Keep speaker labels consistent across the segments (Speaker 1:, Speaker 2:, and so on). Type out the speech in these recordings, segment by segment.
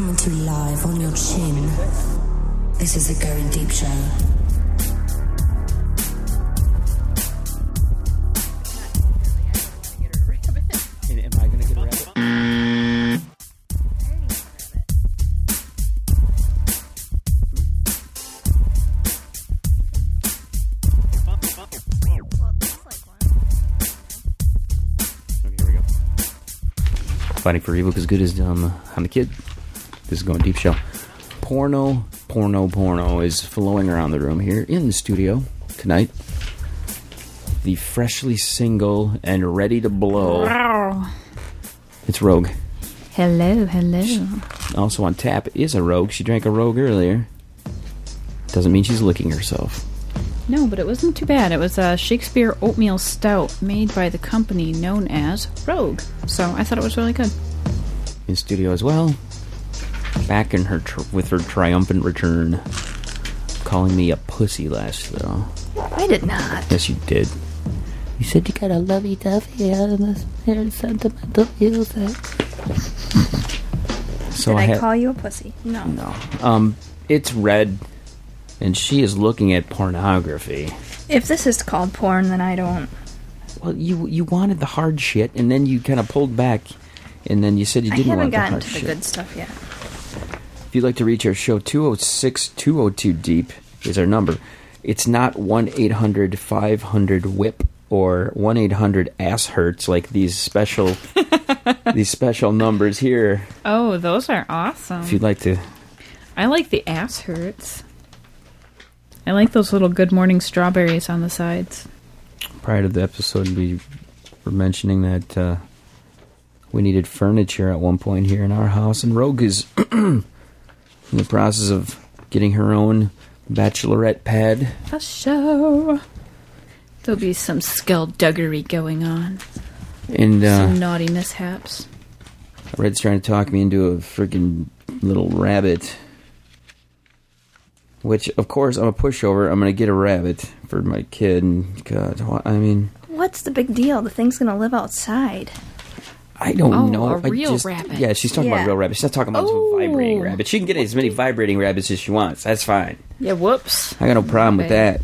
Speaker 1: Mostly live on your chin. This is the Going Deep Show.
Speaker 2: And am I going to get a rabbit? Okay, here we go. Fighting for evil because good is dumb. I'm the kid. This is going deep show. Porno, porno, porno is flowing around the room here in the studio tonight. The freshly single and ready to blow. It's Rogue.
Speaker 3: Hello, hello.
Speaker 2: Also on tap is a Rogue. She drank a Rogue earlier. Doesn't mean she's licking herself.
Speaker 3: No, but it wasn't too bad. It was a Shakespeare oatmeal stout made by the company known as Rogue. So I thought it was really good.
Speaker 2: in studio as well. Back in her tr- with her triumphant return, calling me a pussy last though.
Speaker 3: I did not.
Speaker 2: Yes, you did. You said you got a lovey dovey out of this very sentimental music. So
Speaker 4: Did
Speaker 2: I,
Speaker 4: I,
Speaker 2: had
Speaker 4: call you a pussy? No.
Speaker 2: no. Um, it's red, and she is looking at pornography.
Speaker 4: If this is called porn, then I don't.
Speaker 2: Well, you you wanted the hard shit, and then you kind of pulled back, and then you said you
Speaker 4: I
Speaker 2: didn't
Speaker 4: haven't
Speaker 2: want the
Speaker 4: gotten
Speaker 2: hard
Speaker 4: to the
Speaker 2: shit.
Speaker 4: good stuff yet.
Speaker 2: If you'd like to reach our show, 206 202 Deep E is our number. It's not 1 800 500 WHIP or 1 800 Ass Hurts like these special these special numbers here.
Speaker 3: Oh, those are awesome.
Speaker 2: If you'd like to.
Speaker 3: I like the ass hurts. I like those little good morning strawberries on the sides.
Speaker 2: Prior to the episode, we were mentioning that uh, we needed furniture at one point here in our house, and Rogue is in the process of getting her own bachelorette pad.
Speaker 3: A show. There'll be some skullduggery going on.
Speaker 2: And uh,
Speaker 3: Some naughty mishaps.
Speaker 2: Red's trying to talk me into a freaking little rabbit. Which, of course, I'm a pushover. I'm going to get a rabbit for my kid. And God, wh- I mean,
Speaker 4: What's the big deal? The thing's gonna live outside.
Speaker 2: I don't
Speaker 3: Oh,
Speaker 2: know.
Speaker 3: a
Speaker 2: I
Speaker 3: real
Speaker 2: just-
Speaker 3: rabbit.
Speaker 2: Yeah, she's talking
Speaker 4: Yeah.
Speaker 2: about real rabbits. She's not talking about
Speaker 3: Oh.
Speaker 2: some vibrating rabbit. She can get as many vibrating rabbits as she wants. That's fine.
Speaker 3: Yeah, whoops.
Speaker 2: I got no problem with
Speaker 3: Okay.
Speaker 2: that.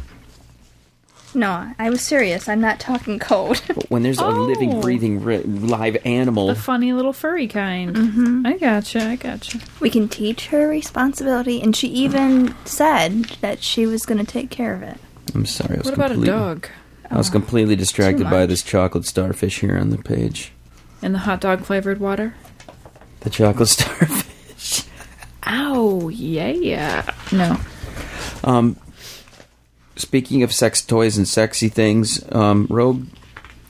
Speaker 4: No, I was serious. I'm not talking code.
Speaker 2: But when there's a living,
Speaker 3: Oh.
Speaker 2: breathing, ri live animal,
Speaker 3: The funny little furry kind. I gotcha, I gotcha.
Speaker 4: we can teach her responsibility, and she even said that she was gonna take care of it.
Speaker 2: I'm sorry. I was
Speaker 3: What about a
Speaker 2: completely-
Speaker 3: dog? Oh,
Speaker 2: I was completely distracted by
Speaker 4: much.
Speaker 2: this chocolate starfish here on the page.
Speaker 3: And the hot dog flavored water?
Speaker 2: The chocolate starfish.
Speaker 3: Ow, yeah. No.
Speaker 2: Um, Speaking of sex toys and sexy things, um, Rogue,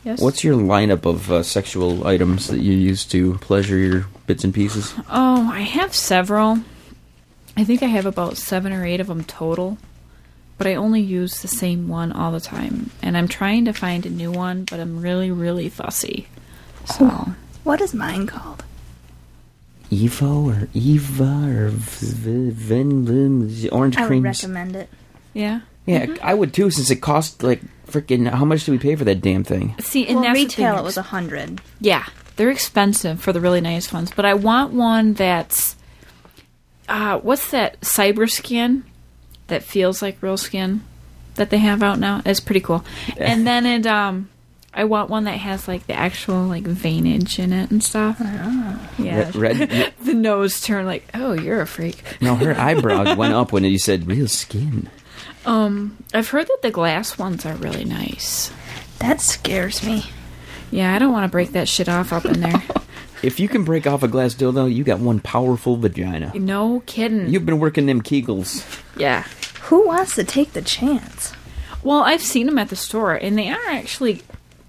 Speaker 3: Yes.
Speaker 2: what's your lineup of uh, sexual items that you use to pleasure your bits and pieces?
Speaker 3: Oh, I have several. I think I have about seven or eight of them total, but I only use the same one all the time. And I'm trying to find a new one, but I'm really, really fussy. So,
Speaker 4: What is mine called?
Speaker 2: Evo or Eva or v- v- Vin- Vin- orange
Speaker 4: I would
Speaker 2: creams?
Speaker 4: recommend Mm-hmm. it.
Speaker 3: yeah.
Speaker 2: yeah, I would too, since it cost like freaking. How much do we pay for that damn thing?
Speaker 3: See, and
Speaker 4: well,
Speaker 3: that's the thing,
Speaker 4: retail,
Speaker 3: they're
Speaker 4: it was a hundred.
Speaker 3: Yeah, they're expensive for the really nice ones, but I want one that's uh, what's that cyber skin that feels like real skin that they have out now? It's pretty cool. And then it um I want one that has like the actual like veinage in it and stuff. Yeah.
Speaker 2: Red, red
Speaker 3: The nose turned like, "Oh, you're a freak."
Speaker 2: no, her eyebrow went up when you said real skin.
Speaker 3: Um, I've heard that the glass ones are really nice.
Speaker 4: That scares me.
Speaker 3: Yeah, I don't want to break that shit off up in there.
Speaker 2: If you can break off a glass dildo, you got one powerful vagina.
Speaker 3: no kidding.
Speaker 2: You've been working them kegels.
Speaker 3: yeah.
Speaker 4: Who wants to take the chance?
Speaker 3: Well, I've seen them at the store, and they are actually,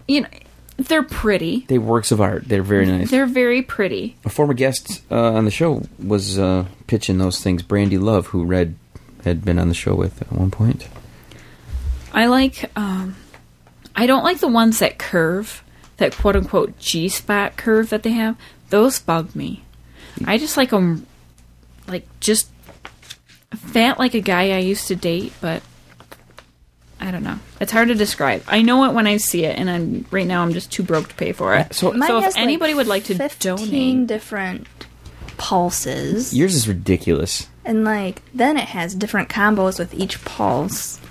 Speaker 3: you know, they're pretty.
Speaker 2: They works of art. They're very nice.
Speaker 3: They're very pretty.
Speaker 2: a former guest uh, on the show was uh, pitching those things. Brandy Love, who Red had been on the show with at one point.
Speaker 3: I like. Um, I don't like the ones that curve, that quote unquote G spot curve that they have. Those bug me. I just like them, like just fat like a guy I used to date, but I don't know. It's hard to describe. I know it when I see it, and I'm right now I'm just too broke to pay for it.
Speaker 2: So
Speaker 3: if anybody would like to
Speaker 4: 15
Speaker 3: donate-
Speaker 4: different pulses.
Speaker 2: Yours is ridiculous.
Speaker 4: and like then it has different combos with each pulse.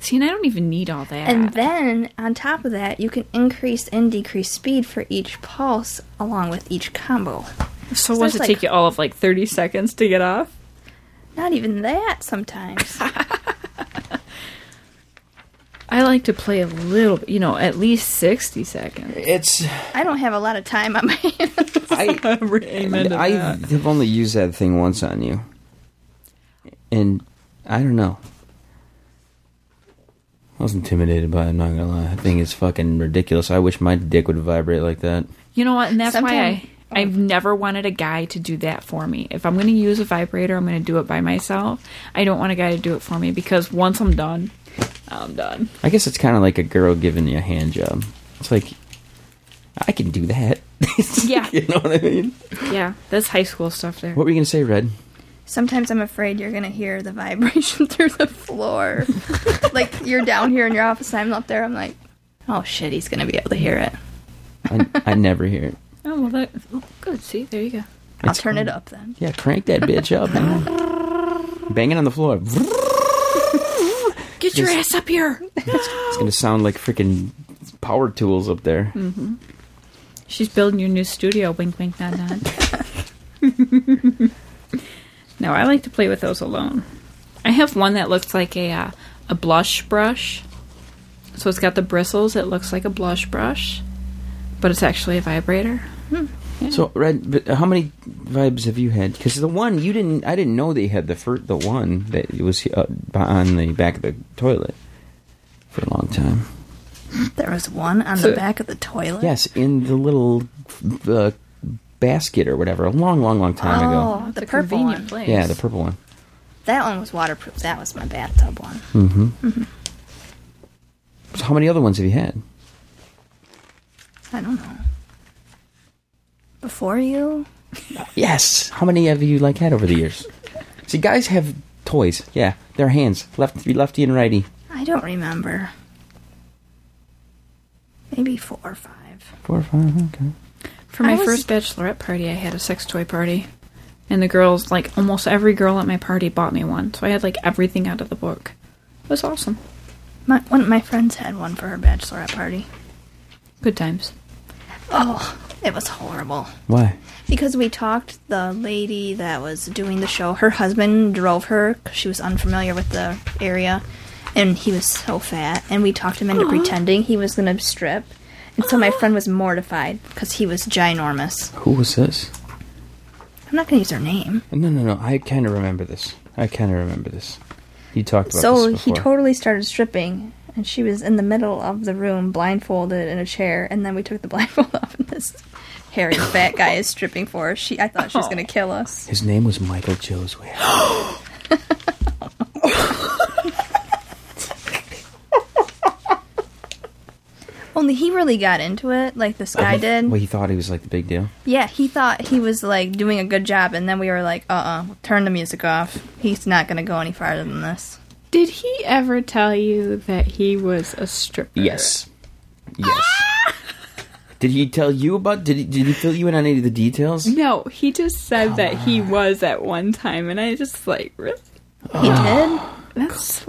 Speaker 3: See, and I don't even need all that.
Speaker 4: And then on top of that, you can increase and decrease speed for each pulse along with each combo.
Speaker 3: so what does
Speaker 4: there's
Speaker 3: it
Speaker 4: like-
Speaker 3: take you all of like 30 seconds to get off?
Speaker 4: Not even that sometimes.
Speaker 3: I like to play a little, you know, at least 60 seconds.
Speaker 2: It's
Speaker 4: I don't have a lot of time on my hands.
Speaker 2: I
Speaker 3: Amen to
Speaker 2: I
Speaker 3: that.
Speaker 2: have only used that thing once on you, and I don't know. I was intimidated by it. I'm not gonna lie. That thing is fucking ridiculous. I wish my dick would vibrate like that.
Speaker 3: You know what? And that's
Speaker 4: Sometime-
Speaker 3: why I, I've never wanted a guy to do that for me. If I'm going to use a vibrator, I'm going to do it by myself. I don't want a guy to do it for me because once I'm done, I'm done.
Speaker 2: I guess it's kind of like a girl giving you a hand job. It's like I can do that.
Speaker 3: Yeah.
Speaker 2: you know what I mean.
Speaker 3: Yeah, that's high school stuff there.
Speaker 2: What were you gonna say, Red?
Speaker 4: Sometimes I'm afraid you're gonna hear the vibration through the floor. like you're down here in your office, I'm up there. I'm like, oh shit, he's gonna be able to hear it.
Speaker 2: I, I never hear it.
Speaker 3: Oh, well, that, oh, good. See, there you go.
Speaker 4: I'll
Speaker 2: It's-
Speaker 4: turn it up then.
Speaker 2: Yeah, crank that bitch up, man. Banging on the floor.
Speaker 3: Get your ass up here.
Speaker 2: It's gonna sound like freaking power tools up there.
Speaker 3: She's building your new studio. Wink, wink, nod, nod. no, I like to play with those alone. I have one that looks like a uh, a blush brush. So it's got the bristles. It looks like a blush brush, but it's actually a vibrator.
Speaker 2: So, Red, but how many vibes have you had? Because the one you didn't, I didn't know that you had the fir- the one that was uh, on the back of the toilet for a long time.
Speaker 4: There was one on
Speaker 3: So-
Speaker 4: the back of the toilet.
Speaker 2: Yes, in the little uh, basket or whatever, a long, long, long time
Speaker 4: Oh,
Speaker 2: ago.
Speaker 3: It's
Speaker 4: the
Speaker 3: a
Speaker 4: purple
Speaker 3: convenient
Speaker 4: one.
Speaker 3: place.
Speaker 2: Yeah, the purple one.
Speaker 4: That one was waterproof. That was my bathtub one.
Speaker 2: So how many other ones have you had?
Speaker 4: I don't know. Before you?
Speaker 2: Yes. How many have you like had over the years? See, guys have toys. Yeah, their hands, left, lefty and righty.
Speaker 4: I don't remember. Maybe four or five.
Speaker 2: Four or five. Okay.
Speaker 3: For my
Speaker 4: I was-
Speaker 3: first bachelorette party, I had a sex toy party, and the girls, like almost every girl at my party, bought me one. So I had like everything out of the book. It was awesome.
Speaker 4: My, one of my friends had one for her bachelorette party.
Speaker 3: Good times.
Speaker 4: Oh, it was horrible.
Speaker 2: Why?
Speaker 4: Because we talked, the lady that was doing the show, her husband drove her 'cause she was unfamiliar with the area, and he was so fat. And we talked him into pretending he was going to strip. And so my friend was mortified because he was ginormous.
Speaker 2: Who was this?
Speaker 4: I'm not going to use her name.
Speaker 2: No, no, no. I kind of remember this. I kind of remember this. You talked about
Speaker 4: So
Speaker 2: this
Speaker 4: he
Speaker 2: before.
Speaker 4: totally started stripping, and she was in the middle of the room, blindfolded in a chair. And then we took the blindfold off, and this hairy fat guy is stripping for us. She, I thought she was
Speaker 2: Oh.
Speaker 4: going to kill us.
Speaker 2: His name was Michael Josue.
Speaker 4: Only he really got into it, like this
Speaker 2: Uh-huh.
Speaker 4: guy did.
Speaker 2: Well, he thought he was like the big deal.
Speaker 4: Yeah, he thought he was like doing a good job, and then we were like, uh uh turn the music off. He's not going to go any farther than this.
Speaker 3: Did he ever tell you that he was a stripper?
Speaker 2: Yes. Yes. did he tell you about? Did he, did he fill you in on any of the details?
Speaker 3: No, he just said that he was at one time, and I just like really.
Speaker 4: He
Speaker 2: Uh.
Speaker 4: did?
Speaker 3: That's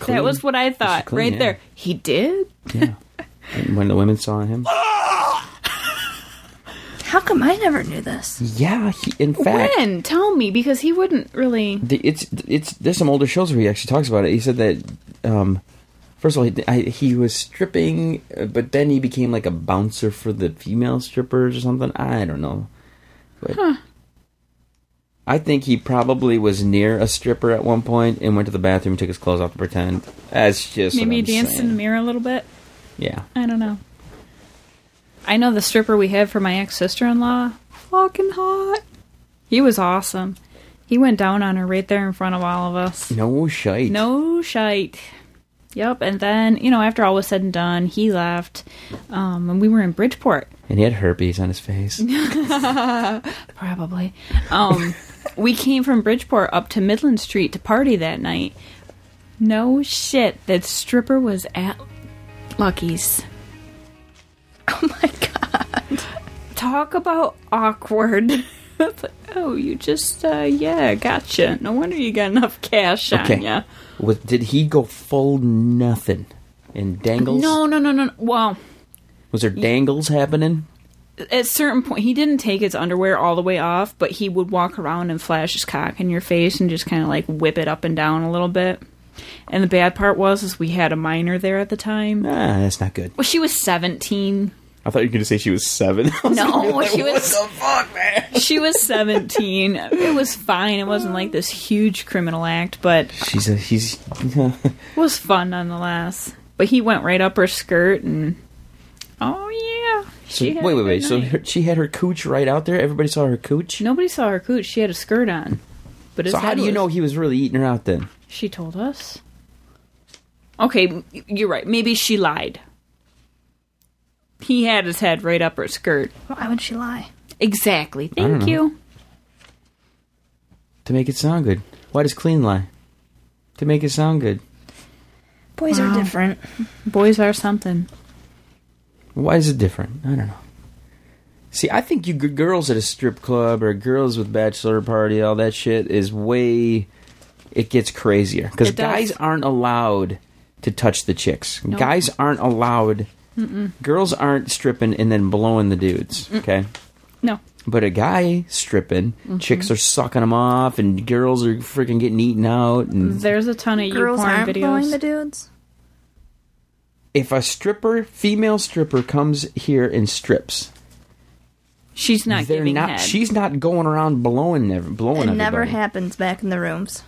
Speaker 2: Clean.
Speaker 3: that was what I thought
Speaker 2: clean,
Speaker 3: right
Speaker 2: yeah.
Speaker 3: there. He did.
Speaker 2: Yeah. when the women saw him.
Speaker 4: How come I never knew this?
Speaker 2: Yeah. He, in fact.
Speaker 3: When? Tell me because he wouldn't really.
Speaker 2: The, it's it's there's some older shows where he actually talks about it. He said that um, first of all, he, I, he was stripping, uh, but then he became like a bouncer for the female strippers or something. I don't know. But I think he probably was near a stripper at one point and went to the bathroom, took his clothes off to pretend. That's just
Speaker 3: Maybe he
Speaker 2: what I'm
Speaker 3: danced in the
Speaker 2: saying.
Speaker 3: mirror a little bit.
Speaker 2: Yeah,
Speaker 3: I don't know. I know the stripper we had for my ex sister in law. Fucking hot. He was awesome. He went down on her right there in front of all of us.
Speaker 2: no shite.
Speaker 3: No shite. Yep. And then, you know, after all was said and done, he left. Um, and we were in Bridgeport.
Speaker 2: and he had herpes on his face.
Speaker 3: Probably. Um, we came from Bridgeport up to Midland Street to party that night. No shit, that stripper was at Lucky's.
Speaker 4: Oh my god.
Speaker 3: Talk about awkward. "Oh, you just uh, yeah, gotcha. No wonder you got enough cash on ya."
Speaker 2: Was, did he go full nothing? And dangles?
Speaker 3: No, no, no, no. no. Well,
Speaker 2: Was there dangles happening?
Speaker 3: at certain point, he didn't take his underwear all the way off, but he would walk around and flash his cock in your face and just kind of like whip it up and down a little bit. And the bad part was, is we had a minor there at the time.
Speaker 2: Ah, that's not good.
Speaker 3: Well, she was seventeen.
Speaker 2: I thought you were going to say she was seven. I was
Speaker 3: No,
Speaker 2: gonna be
Speaker 3: she was-
Speaker 2: What the fuck, man?
Speaker 3: She was seventeen. it was fine. It wasn't like this huge criminal act, but
Speaker 2: She's a. He's.
Speaker 3: was fun nonetheless. But he went right up her skirt and oh yeah.
Speaker 2: So,
Speaker 3: She
Speaker 2: wait,
Speaker 3: had
Speaker 2: wait,
Speaker 3: a good
Speaker 2: wait. So
Speaker 3: night.
Speaker 2: her, she had her cooch right out there. Everybody saw her cooch.
Speaker 3: nobody saw her cooch. She had a skirt on. But his
Speaker 2: so how
Speaker 3: head
Speaker 2: do you
Speaker 3: was-
Speaker 2: know he was really eating her out then?
Speaker 3: she told us? Okay, m- you're right. Maybe she lied. He had his head right up her skirt.
Speaker 4: Why would she lie?
Speaker 3: Exactly. Thank you.
Speaker 2: To make it sound good. Why does clean lie? To make it sound good.
Speaker 4: Boys are different.
Speaker 3: Boys are something.
Speaker 2: Why is it different? I don't know. See, I think you g- girls at a strip club or girls with bachelor party, all that shit is way. It gets crazier because
Speaker 3: It does.
Speaker 2: guys aren't allowed to touch the chicks. Guys aren't allowed. Girls aren't stripping and then blowing the dudes. Okay.
Speaker 3: No.
Speaker 2: But a guy stripping,
Speaker 3: Mm-hmm.
Speaker 2: chicks are sucking him off, and girls are freaking getting eaten out. And
Speaker 3: There's a ton of
Speaker 4: Girls
Speaker 3: porn
Speaker 4: aren't blowing
Speaker 3: videos.
Speaker 4: the dudes.
Speaker 2: if a stripper, female stripper, comes here and strips,
Speaker 3: She's not
Speaker 2: they're
Speaker 3: giving
Speaker 2: not.
Speaker 3: head.
Speaker 2: She's not going around blowing, never blowing.
Speaker 4: It never
Speaker 2: everybody.
Speaker 4: happens back in the rooms.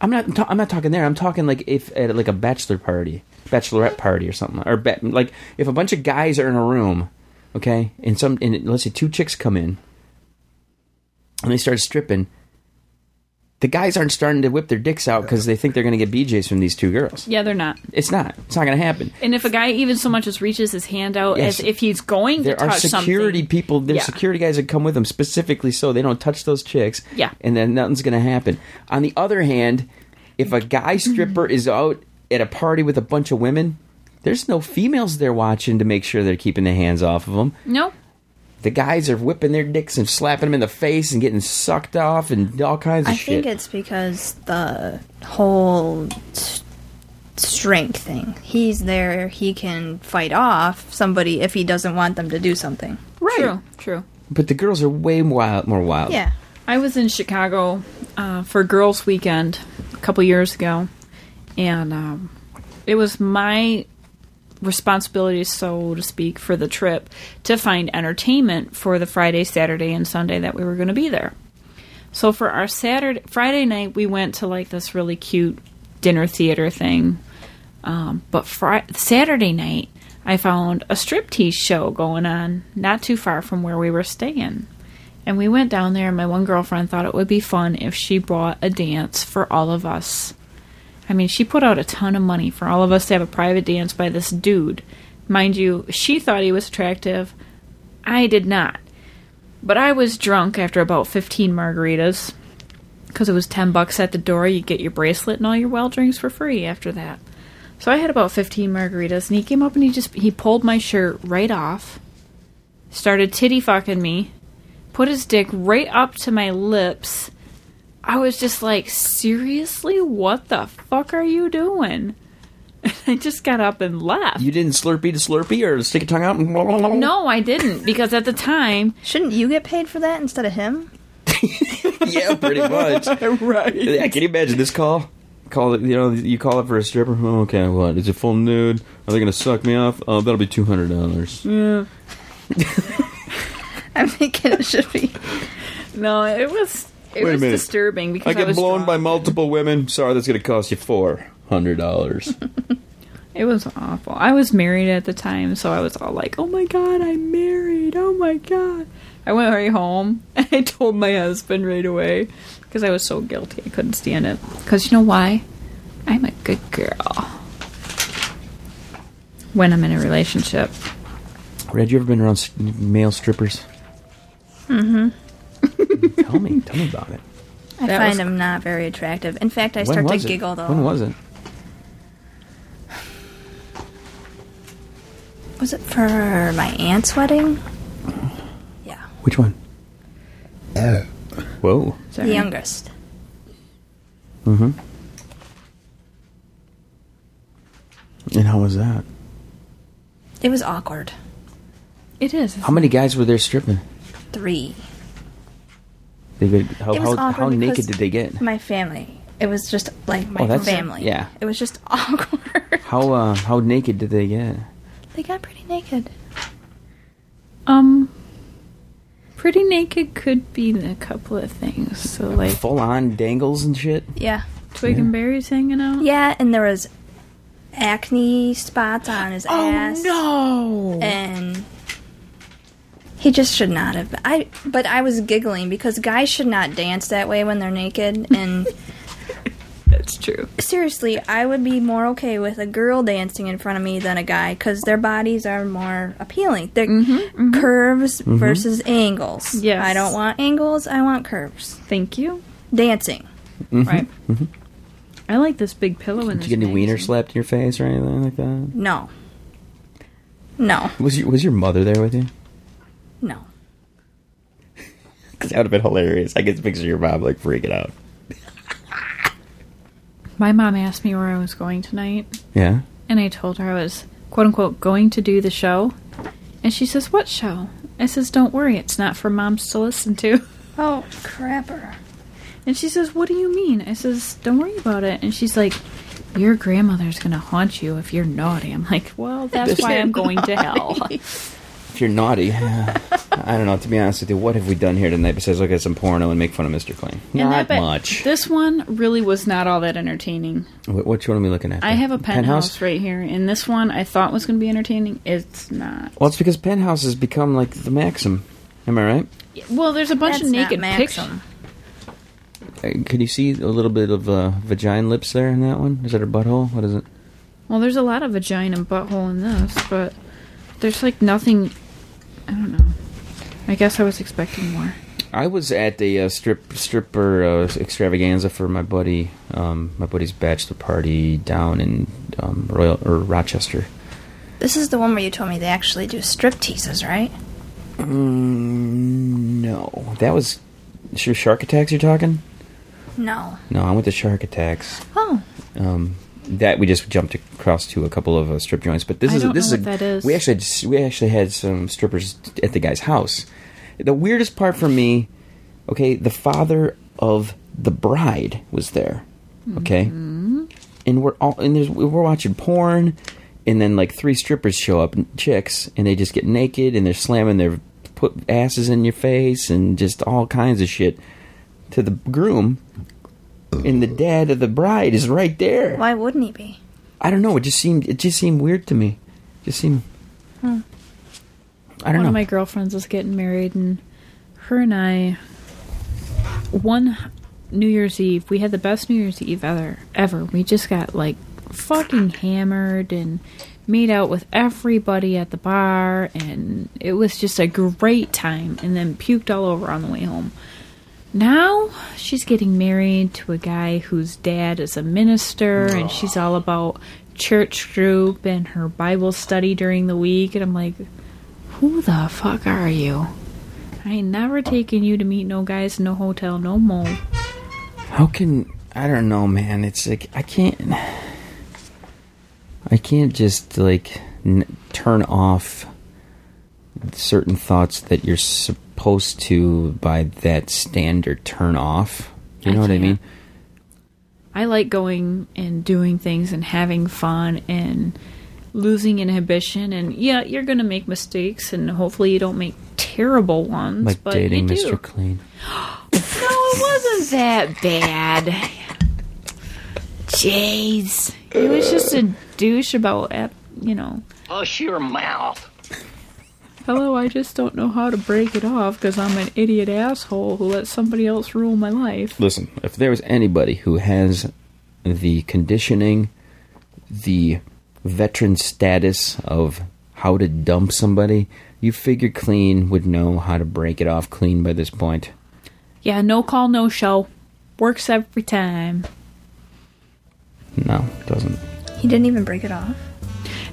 Speaker 2: I'm not. Ta- I'm not talking there. I'm talking like if at like a bachelor party, bachelorette party or something, or ba- like if a bunch of guys are in a room, okay, and some and let's say two chicks come in, and they start stripping. The guys aren't starting to whip their dicks out because they think they're going to get BJ's from these two girls.
Speaker 3: yeah, they're not.
Speaker 2: It's not. It's not going to happen.
Speaker 3: And if a guy even so much as reaches his hand out
Speaker 2: Yes.
Speaker 3: as if he's going
Speaker 2: There
Speaker 3: to
Speaker 2: are
Speaker 3: touch
Speaker 2: security
Speaker 3: something,
Speaker 2: people. There's
Speaker 3: Yeah.
Speaker 2: security guys that come with them specifically so they don't touch those chicks.
Speaker 3: Yeah.
Speaker 2: and then nothing's going to happen. On the other hand, if a guy stripper is out at a party with a bunch of women, there's no females there watching to make sure they're keeping their hands off of them.
Speaker 3: no,
Speaker 2: The guys are whipping their dicks and slapping them in the face and getting sucked off and all kinds of
Speaker 4: I
Speaker 2: shit.
Speaker 4: think it's because the whole s- strength thing. He's there, he can fight off somebody if he doesn't want them to do something.
Speaker 2: right,
Speaker 3: True, true.
Speaker 2: but the girls are way wild, more wild.
Speaker 4: Yeah.
Speaker 3: I was in Chicago uh, for Girls Weekend a couple years ago, and um, it was my responsibility, so to speak, for the trip to find entertainment for the Friday, Saturday, and Sunday that we were going to be there. So for our Saturday, Friday night, we went to like this really cute dinner theater thing. Um, but Friday, Saturday night, I found a striptease show going on not too far from where we were staying. And we went down there, and my one girlfriend thought it would be fun if she brought a dance for all of us. I mean, she put out a ton of money for all of us to have a private dance by this dude. Mind you, she thought he was attractive. I did not. But I was drunk after about 15 margaritas because it was 10 bucks at the door. You get your bracelet and all your well drinks for free after that. So I had about 15 margaritas, and he came up and he just he pulled my shirt right off, started titty fucking me, put his dick right up to my lips. I was just like, seriously, what the fuck are you doing? I just got up and left.
Speaker 2: You didn't slurpee to slurpee or stick your tongue out? No.
Speaker 3: no, I didn't because at the time
Speaker 4: Shouldn't you get paid for that instead of him?
Speaker 2: Yeah, pretty much.
Speaker 3: right.
Speaker 2: Yeah, can you imagine this call? Call it, you know, you call it for a stripper. Oh, okay, what? Is it full nude? Are they gonna suck me off? Oh, that'll be two hundred dollars.
Speaker 4: I'm thinking it should be.
Speaker 3: No, it was it
Speaker 2: Wait a
Speaker 3: was
Speaker 2: minute.
Speaker 3: disturbing because
Speaker 2: I
Speaker 3: I,
Speaker 2: get
Speaker 3: was
Speaker 2: blown
Speaker 3: drunk.
Speaker 2: by multiple women. Sorry, that's gonna cost you four hundred dollars.
Speaker 3: It was awful. I was married at the time, so I was all like, "Oh my god, I'm married! Oh my god!" I went right home. and I told my husband right away because I was so guilty. I couldn't stand it. Because you know why? I'm a good girl when I'm in a relationship.
Speaker 2: Red, you ever been around s- male strippers? Mm-hmm. tell me, tell me about it.
Speaker 4: I
Speaker 3: That
Speaker 4: find
Speaker 3: was-
Speaker 4: him not very attractive. In fact, I
Speaker 2: When
Speaker 4: start to
Speaker 2: was it?
Speaker 4: giggle though.
Speaker 2: When was it?
Speaker 4: Was it for my aunt's wedding? Yeah.
Speaker 2: Which one? Whoa.
Speaker 3: Sorry.
Speaker 4: The youngest.
Speaker 2: And how was that?
Speaker 4: It was awkward.
Speaker 3: It is.
Speaker 2: How many guys were there stripping?
Speaker 4: Three.
Speaker 2: They could, how
Speaker 4: It was
Speaker 2: how, how
Speaker 4: awkward because
Speaker 2: naked did they get?
Speaker 4: My family. It was just like my
Speaker 2: Oh, that's-
Speaker 4: family.
Speaker 2: yeah.
Speaker 4: It was just awkward.
Speaker 2: How uh, how naked did they get?
Speaker 4: they got pretty naked.
Speaker 3: Um, pretty naked could be a couple of things. So like
Speaker 2: Full on dangles and shit.
Speaker 4: Yeah.
Speaker 3: twig and berries hanging out.
Speaker 4: Yeah, and there was acne spots on his
Speaker 2: Oh,
Speaker 4: ass.
Speaker 3: no!
Speaker 4: And he just should not have. I but I was giggling because guys should not dance that way when they're naked and
Speaker 3: That's true.
Speaker 4: seriously, I would be more okay with a girl dancing in front of me than a guy because their bodies are more appealing. They're curves versus angles.
Speaker 3: Mm-hmm, Yes.
Speaker 4: I don't want angles. I want curves.
Speaker 3: Thank you.
Speaker 4: Dancing.
Speaker 3: Right. I like this big pillow in
Speaker 2: Mm-hmm, Did
Speaker 3: this.
Speaker 2: you get any wiener
Speaker 3: magazine.
Speaker 2: slapped in your face or anything like that?
Speaker 4: No. No.
Speaker 2: Was your, was your mother there with you?
Speaker 4: No.
Speaker 2: Because that would have been hilarious. I can picture your mom like freaking out.
Speaker 3: My mom asked me where I was going tonight,
Speaker 2: Yeah.
Speaker 3: and I told her I was quote unquote going to do the show, and she says, "What show?" I says, "Don't worry, it's not for moms to listen to."
Speaker 4: Oh, crapper.
Speaker 3: And she says, What do you mean? I says, Don't worry about it. And she's like, Your grandmother's going to haunt you if you're naughty. I'm like, Well, that's why I'm going to hell.
Speaker 2: If you're naughty, yeah. I don't know. To be honest with you, what have we done here tonight besides look at some porno and make fun of Mr. Clean?
Speaker 3: And
Speaker 2: Not
Speaker 3: that bit-
Speaker 2: much.
Speaker 3: This one really was not all that entertaining.
Speaker 2: Wh- Which one are we looking at?
Speaker 3: I have a penthouse,
Speaker 2: Penthouse?
Speaker 3: right here, and this one I thought was going to be entertaining. It's not.
Speaker 2: Well, it's because penthouse has become like the maxim. Am I right?
Speaker 3: Well, there's a bunch
Speaker 4: That's
Speaker 3: of
Speaker 4: not
Speaker 3: naked pictures.
Speaker 4: Maxim.
Speaker 2: Uh, Can you see a little bit of uh, vagina lips there in that one? Is that her butthole? What is it?
Speaker 3: Well, there's a lot of vagina and butthole in this, but there's like nothing. I don't know. I guess I was expecting more.
Speaker 2: I was at the uh, strip stripper uh, extravaganza for my buddy, um, my buddy's bachelor party down in um, Royal or Rochester.
Speaker 4: This is the one where you told me they actually do strip teases, right?
Speaker 2: Mm, no, that was sure Shark Attacks. You're talking?
Speaker 4: No.
Speaker 2: No, I went to Shark Attacks.
Speaker 4: Oh.
Speaker 2: Um, that we just jumped across to a couple of uh, strip joints, but this
Speaker 3: I
Speaker 2: is
Speaker 3: don't
Speaker 2: this
Speaker 3: know
Speaker 2: is, a,
Speaker 3: what that is.
Speaker 2: we actually had, we actually had some strippers at the guy's house. The weirdest part for me, okay, the father of the bride was there, okay,
Speaker 3: Mm-hmm.
Speaker 2: and we're all and there's, we're watching porn, and then like three strippers show up, chicks, and they just get naked and they're slamming their put asses in your face and just all kinds of shit to the groom. And the dad of the bride is right there.
Speaker 4: Why wouldn't he be?
Speaker 2: I don't know. It just seemed it just seemed weird to me. Just seemed.
Speaker 3: Hmm.
Speaker 2: I don't
Speaker 3: one
Speaker 2: know.
Speaker 3: of my girlfriends is getting married and her and i one new year's eve we had the best new year's eve ever ever we just got like fucking hammered and made out with everybody at the bar and it was just a great time and then puked all over on the way home now she's getting married to a guy whose dad is a minister and she's all about church group and her bible study during the week and i'm like who the fuck are you? I ain't never taking you to meet no guys in no hotel no more.
Speaker 2: How can I don't know, man? It's like I can't. I can't just like n- turn off certain thoughts that you're supposed to by that standard turn off. You
Speaker 3: I
Speaker 2: know what I
Speaker 3: can't.
Speaker 2: mean?
Speaker 3: I like going and doing things and having fun and losing inhibition and yeah, you're gonna make mistakes and hopefully you don't make terrible ones.
Speaker 2: Like
Speaker 3: but
Speaker 2: dating
Speaker 3: you
Speaker 2: Mr.
Speaker 3: Do.
Speaker 2: Clean.
Speaker 3: No, it wasn't that bad. Jeez, he was just a douche about eh, you know.
Speaker 5: Hush your mouth.
Speaker 3: Hello, I just don't know how to break it off because I'm an idiot asshole who lets somebody else rule my life.
Speaker 2: listen, if there was anybody who has the conditioning, the veteran status of how to dump somebody, you figure Clean would know how to break it off clean by this point.
Speaker 3: Yeah, no call, no show. Works every time.
Speaker 2: No, doesn't.
Speaker 4: He didn't even break it off.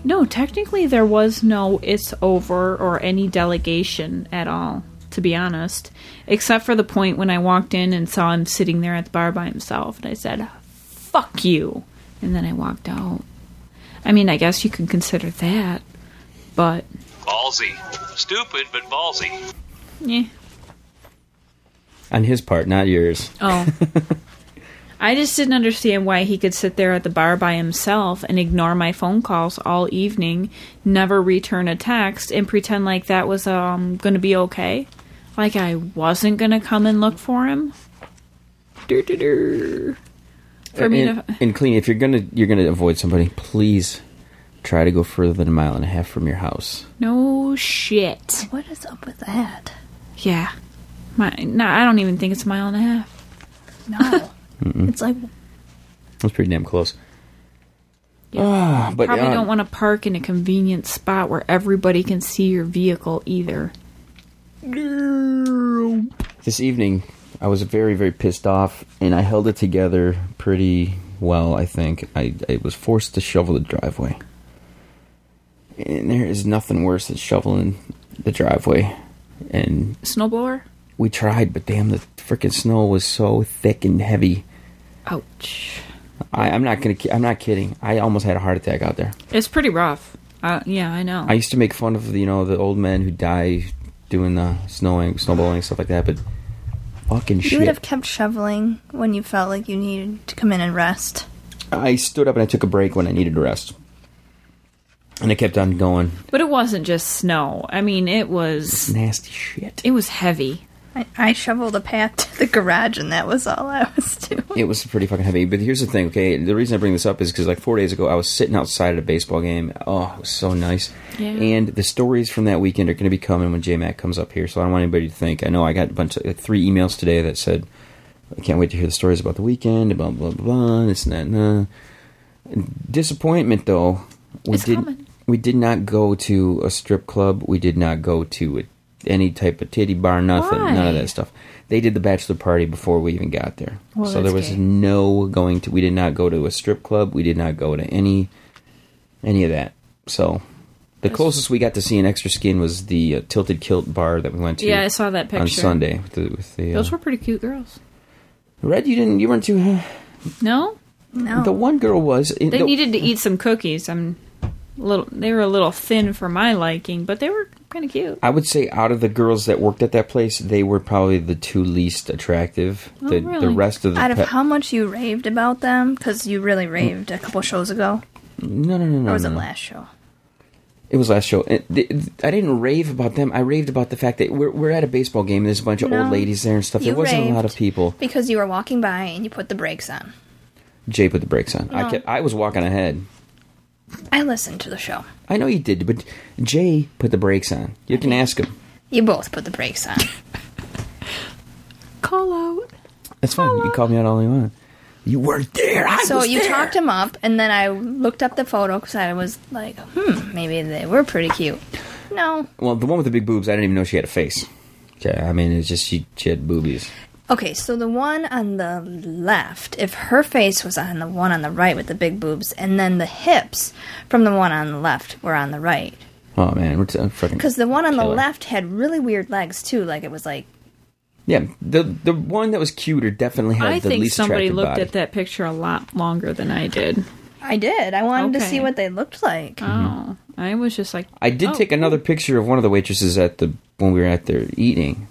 Speaker 3: No, technically there was no it's over or any delegation at all. to be honest, except for the point when I walked in and saw him sitting there at the bar by himself, and I said, "Fuck you," and then I walked out. I mean, I guess you could consider that, but
Speaker 5: Ballsy. Stupid, but ballsy.
Speaker 3: yeah.
Speaker 2: On his part, not yours.
Speaker 3: Oh. I just didn't understand why he could sit there at the bar by himself and ignore my phone calls all evening, never return a text, and pretend like that was um going to be okay. Like I wasn't going to come and look for him. Dur-dur-dur. For me
Speaker 2: and,
Speaker 3: to.
Speaker 2: and clean. If you're gonna you're gonna avoid somebody, please try to go further than a mile and a half from your house.
Speaker 3: No shit.
Speaker 4: What is up with that?
Speaker 3: Yeah. My, no, I don't even think it's a mile and a half.
Speaker 4: No. it's like
Speaker 2: That's pretty damn close. Ah, but
Speaker 3: Probably
Speaker 2: uh,
Speaker 3: don't want to park in a convenient spot where everybody can see your vehicle either.
Speaker 2: this evening I was very very pissed off, and I held it together pretty well. I think I I was forced to shovel the driveway, and there is nothing worse than shoveling the driveway. And
Speaker 3: Snowblower?
Speaker 2: we tried, but damn, the freaking snow was so thick and heavy.
Speaker 3: Ouch.
Speaker 2: I, I'm not gonna. ki- I'm not kidding. I almost had a heart attack out there.
Speaker 3: It's pretty rough. Uh, yeah, I know.
Speaker 2: I used to make fun of you know the old men who die doing the snowing, snowballing stuff like that, but fucking
Speaker 4: you would have
Speaker 2: shit.
Speaker 4: kept shoveling when you felt like you needed to come in and rest.
Speaker 2: I stood up and I took a break when I needed to rest, and I kept on going.
Speaker 3: but it wasn't just snow. I mean, it was
Speaker 2: Nasty shit.
Speaker 3: it was heavy.
Speaker 4: I, I shoveled a path to the garage, and that was all I was doing.
Speaker 2: It was pretty fucking heavy. But here's the thing, okay? The reason I bring this up is because like four days ago, I was sitting outside at a baseball game. Oh, it was so nice.
Speaker 3: Yeah.
Speaker 2: And the stories from that weekend are going to be coming when J Mac comes up here. So I don't want anybody to think. I know I got a bunch of like, three emails today that said, "I can't wait to hear the stories about the weekend." Blah blah blah. blah this and that. And, uh. Disappointment though, we
Speaker 3: It's
Speaker 2: did.
Speaker 3: coming.
Speaker 2: We did not go to a strip club. We did not go to a, any type of titty bar. Nothing. None of
Speaker 3: Why?
Speaker 2: that stuff. They did the bachelor party before we even got there
Speaker 3: Well,
Speaker 2: so there
Speaker 3: that's
Speaker 2: was
Speaker 3: gay.
Speaker 2: no going to. We did not go to a strip club. We did not go to any any of that. So the closest we got to seeing extra skin was the uh, Tilted Kilt bar that we went to.
Speaker 3: Yeah, I saw that
Speaker 2: on
Speaker 3: picture.
Speaker 2: Sunday. With the, with the,
Speaker 3: Those
Speaker 2: uh,
Speaker 3: were pretty cute girls.
Speaker 2: Red, you didn't. You weren't too.
Speaker 3: No,
Speaker 4: No,
Speaker 2: The one girl was.
Speaker 3: Oh. they
Speaker 2: the-
Speaker 3: needed to eat some cookies. I'm a little. They were a little thin for my liking, but they were kind of cute.
Speaker 2: I would say out of the girls that worked at that place, they were probably the two least attractive.
Speaker 3: Oh,
Speaker 2: the, the
Speaker 3: really?
Speaker 2: rest of the
Speaker 4: out of
Speaker 2: pe-
Speaker 4: how much you raved about them, because you really raved a couple shows ago,
Speaker 2: no no no no
Speaker 4: or was
Speaker 2: no,
Speaker 4: it
Speaker 2: no.
Speaker 4: last show?
Speaker 2: It was last show. It- th- th- I didn't rave about them. I raved about the fact that we're, we're at a baseball game. And there's a bunch of
Speaker 4: No.
Speaker 2: old ladies there and stuff. There
Speaker 4: You
Speaker 2: wasn't a lot
Speaker 4: raved
Speaker 2: of people.
Speaker 4: Because you were walking by and you put the brakes on.
Speaker 2: Jay put the brakes on. I
Speaker 4: No.
Speaker 2: kept, I was walking ahead.
Speaker 4: I listened to the show.
Speaker 2: I know you did, but Jay put the brakes on. You can ask him.
Speaker 4: You both put the brakes on.
Speaker 3: Call out.
Speaker 2: That's fine. You can call me out all you want. You weren't there. I
Speaker 4: So
Speaker 2: was
Speaker 4: you
Speaker 2: there.
Speaker 4: talked him up, and then I looked up the photo because I was like, hmm, maybe they were pretty cute. No.
Speaker 2: Well, the one with the big boobs. I didn't even know she had a face. Yeah, I mean, it's just she, she had boobies.
Speaker 4: Okay, so the one on the left, if her face was on the one on the right with the big boobs, and then the hips from the one on the left were on the right.
Speaker 2: Oh man, we're t- I'm fucking.
Speaker 4: Because the one on the
Speaker 2: Killer.
Speaker 4: left had really weird legs, too. Like it was like,
Speaker 2: yeah, the the one that was cuter definitely had
Speaker 3: I
Speaker 2: the
Speaker 3: think
Speaker 2: least
Speaker 3: somebody
Speaker 2: attractive
Speaker 3: looked
Speaker 2: body.
Speaker 3: at that picture a lot longer than I did.
Speaker 4: I did. I wanted to
Speaker 3: Okay.
Speaker 4: see what they looked like.
Speaker 3: Oh, I was just like,
Speaker 2: I did
Speaker 3: oh,
Speaker 2: take another picture of one of the waitresses at the when we were at there eating.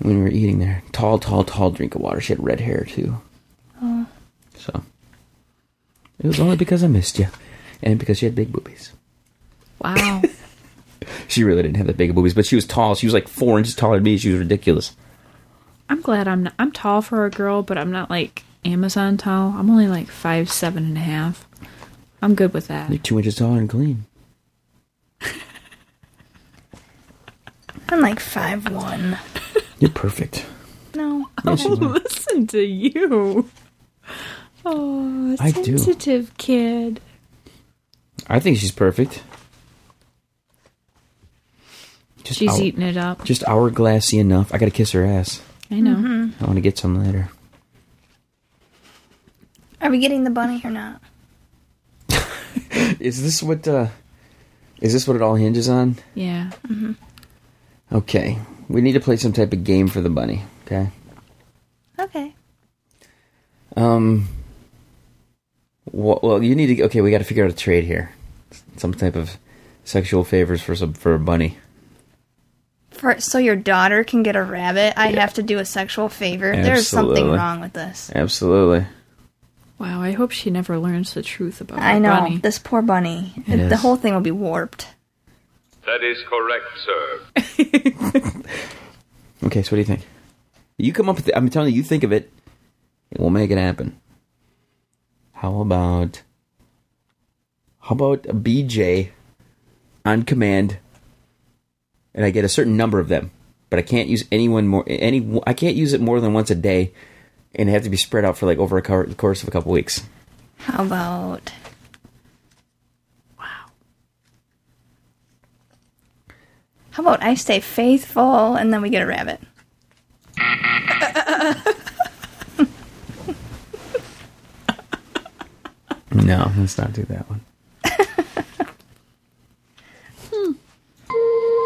Speaker 2: When we were eating there, tall, tall, tall drink of water. She had red hair too. Oh. So it was only because I missed you, and because she had big boobies.
Speaker 3: Wow.
Speaker 2: She really didn't have that big of boobies, but she was tall. She was like four inches taller than me. She was ridiculous.
Speaker 3: I'm glad I'm not. I'm tall for a girl, but I'm not like Amazon tall. I'm only like five seven and a half. I'm good with that.
Speaker 2: You're two inches taller and clean.
Speaker 4: I'm like five one.
Speaker 2: You're perfect.
Speaker 4: No.
Speaker 2: Yes, you are.
Speaker 3: Oh, listen to you. Oh,
Speaker 2: I do.
Speaker 3: sensitive kid.
Speaker 2: I think she's perfect. Just
Speaker 3: She's
Speaker 2: hour-
Speaker 3: eating it up.
Speaker 2: just hourglassy enough. I gotta kiss her ass.
Speaker 3: I know.
Speaker 4: Mm-hmm.
Speaker 2: I want to get some later.
Speaker 4: Are we getting the bunny or not?
Speaker 2: Is this what? Uh, is this what it all hinges on?
Speaker 3: Yeah.
Speaker 2: Okay, we need to play some type of game for the bunny. Okay.
Speaker 4: Okay.
Speaker 2: Um. Well, well you need to. Okay, we got to figure out a trade here. Some type of sexual favors for some for a bunny.
Speaker 4: For, so your daughter can get a rabbit, I have to do a sexual favor. There's something
Speaker 2: Absolutely.
Speaker 4: wrong with this.
Speaker 2: Absolutely.
Speaker 3: Wow, I hope she never learns the truth about
Speaker 4: I
Speaker 3: her
Speaker 4: know
Speaker 3: bunny.
Speaker 4: this poor bunny.
Speaker 2: It
Speaker 4: the
Speaker 2: is.
Speaker 4: whole thing will be warped.
Speaker 5: That is correct, sir.
Speaker 2: Okay, so what do you think? You come up with. I'm telling you, you think of it, and we'll make it happen. How about? How about a BJ on command, and I get a certain number of them, but I can't use anyone more. Any I can't use it more than once a day, and it have to be spread out for like over a cour the course of a couple weeks.
Speaker 4: How about
Speaker 3: wow.
Speaker 4: how about I stay faithful and then we get a rabbit?
Speaker 2: No, let's not do that one.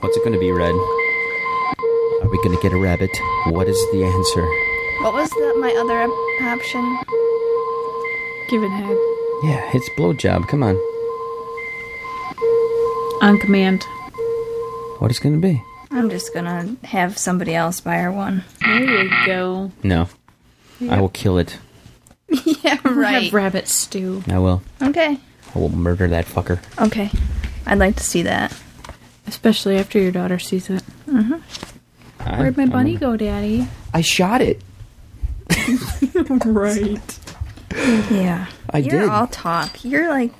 Speaker 2: What's it going to be, Red? Are we going to get a rabbit? What is the answer?
Speaker 4: What was the, my other op- option?
Speaker 3: Give it head.
Speaker 2: Yeah, it's blowjob. Come on.
Speaker 3: On command.
Speaker 2: What is it going to be?
Speaker 4: I'm just gonna have somebody else buy her one.
Speaker 3: There you go.
Speaker 2: No. I will kill it.
Speaker 4: yeah, right.
Speaker 3: Have rabbit stew.
Speaker 2: I will.
Speaker 4: Okay.
Speaker 2: I will murder that fucker.
Speaker 4: Okay. I'd like to see that.
Speaker 3: Especially after your daughter sees it. Where'd my bunny go, Daddy?
Speaker 2: I shot it.
Speaker 3: Right.
Speaker 4: Yeah.
Speaker 2: I
Speaker 4: You're
Speaker 2: did.
Speaker 4: all talk. You're like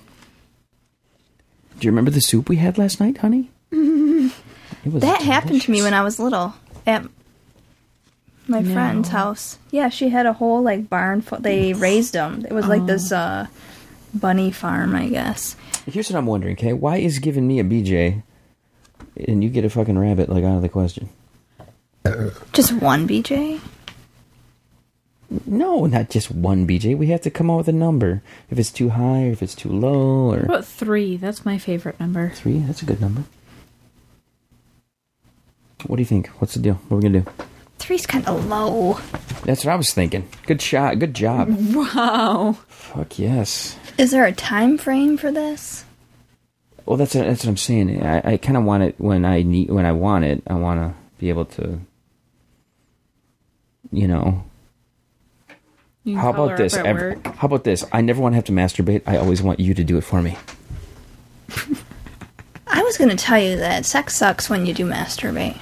Speaker 2: Do you remember the soup we had last night, honey? It was
Speaker 4: that happened to me
Speaker 2: delicious.
Speaker 4: when I was little at my
Speaker 3: No.
Speaker 4: friend's house. Yeah, she had a whole like barn. Full, they raised them. It was like this uh, bunny farm, I guess.
Speaker 2: Here's what I'm wondering, okay? Why is giving me a BJ and you get a fucking rabbit like out of the question?
Speaker 4: Just one BJ.
Speaker 2: No, not just one BJ. We have to come out with a number. If it's too high or if it's too low or
Speaker 3: What about three? That's my favorite number.
Speaker 2: three, that's a good number. What do you think? What's the deal? What are we gonna do?
Speaker 4: Three's kind of low.
Speaker 2: That's what I was thinking. Good shot. Good
Speaker 3: Mm-hmm.
Speaker 2: job.
Speaker 3: Wow.
Speaker 2: Fuck yes.
Speaker 4: Is there a time frame for this?
Speaker 2: Well, that's that's what I'm saying. I, I kind of want it when I need when I want it. I want to be able to, you know,
Speaker 3: You can
Speaker 2: How
Speaker 3: call
Speaker 2: about
Speaker 3: her
Speaker 2: this?
Speaker 3: Up at
Speaker 2: Ever-
Speaker 3: work.
Speaker 2: how about this? I never want to have to masturbate. I always want you to do it for me.
Speaker 4: I was gonna tell you that sex sucks when you do masturbate.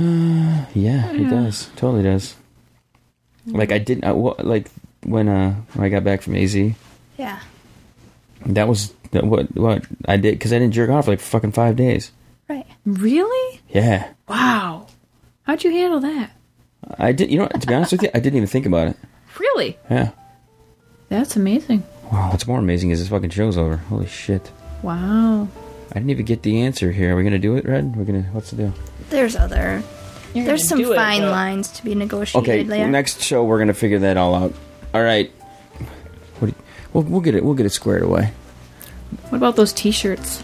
Speaker 2: Yeah, it does. Totally does. Like I didn't. I, wa- like when uh when I got back from AZ,
Speaker 4: Yeah.
Speaker 2: that was that what what I did because I didn't jerk off for like fucking five days.
Speaker 4: Right.
Speaker 3: Really?
Speaker 2: Yeah,
Speaker 3: Wow. How'd you handle that?
Speaker 2: I did. You know, what, to be honest with you, I didn't even think about it.
Speaker 3: Really?
Speaker 2: Yeah.
Speaker 3: That's amazing.
Speaker 2: Wow. What's more amazing is this fucking show's over. Holy shit.
Speaker 3: Wow.
Speaker 2: I didn't even get the answer here. Are we gonna do it, Red? We're gonna. What's the deal?
Speaker 4: There's other. There's some
Speaker 3: do it,
Speaker 4: fine
Speaker 3: but-
Speaker 4: lines to be negotiated
Speaker 2: Okay.
Speaker 4: there.
Speaker 2: Next show, we're gonna figure that all out. All right. What? do you- We'll, we'll get it. We'll get it squared away.
Speaker 3: What about those t-shirts?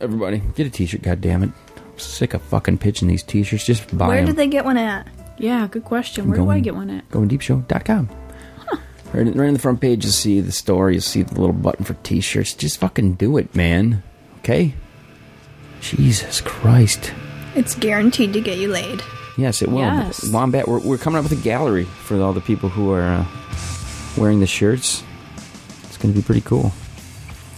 Speaker 2: Everybody, get a t-shirt. God damn it! I'm sick of fucking pitching these t-shirts. Just buy
Speaker 4: Where
Speaker 2: them.
Speaker 4: did they get one at?
Speaker 3: Yeah, good question. Where do I get one at?
Speaker 2: GoingDeepShow.com. Right, in- right in the front page, you'll see the store. You'll see the little button for t-shirts. Just fucking do it, man. Okay. Jesus Christ.
Speaker 4: It's guaranteed to get you laid.
Speaker 2: Yes, it will.
Speaker 3: Yes.
Speaker 2: Wombat, we're, we're coming up with a gallery for all the people who are uh, wearing the shirts. It's going to be pretty cool.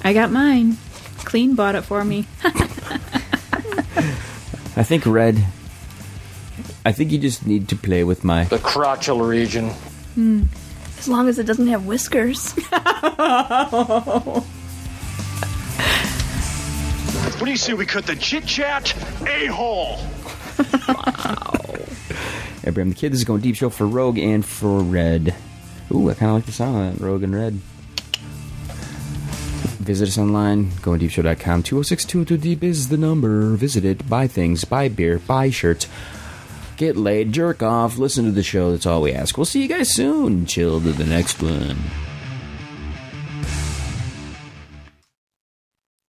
Speaker 3: I got mine. Clean bought it for me.
Speaker 2: I think Red. I think you just need to play with my.
Speaker 6: the crotchal region.
Speaker 4: As long as it doesn't have whiskers.
Speaker 7: What do you say we cut the chit chat a hole?
Speaker 2: Abraham the Kid. This is going deep show for Rogue and for Red. Ooh, I kind of like the sound of that, Rogue and Red. Visit us online, goingdeepshow.com. 206 202 Deep is the number. Visit it, buy things, buy beer, buy shirts, get laid, jerk off, listen to the show. That's all we ask. We'll see you guys soon. Chill to the next one.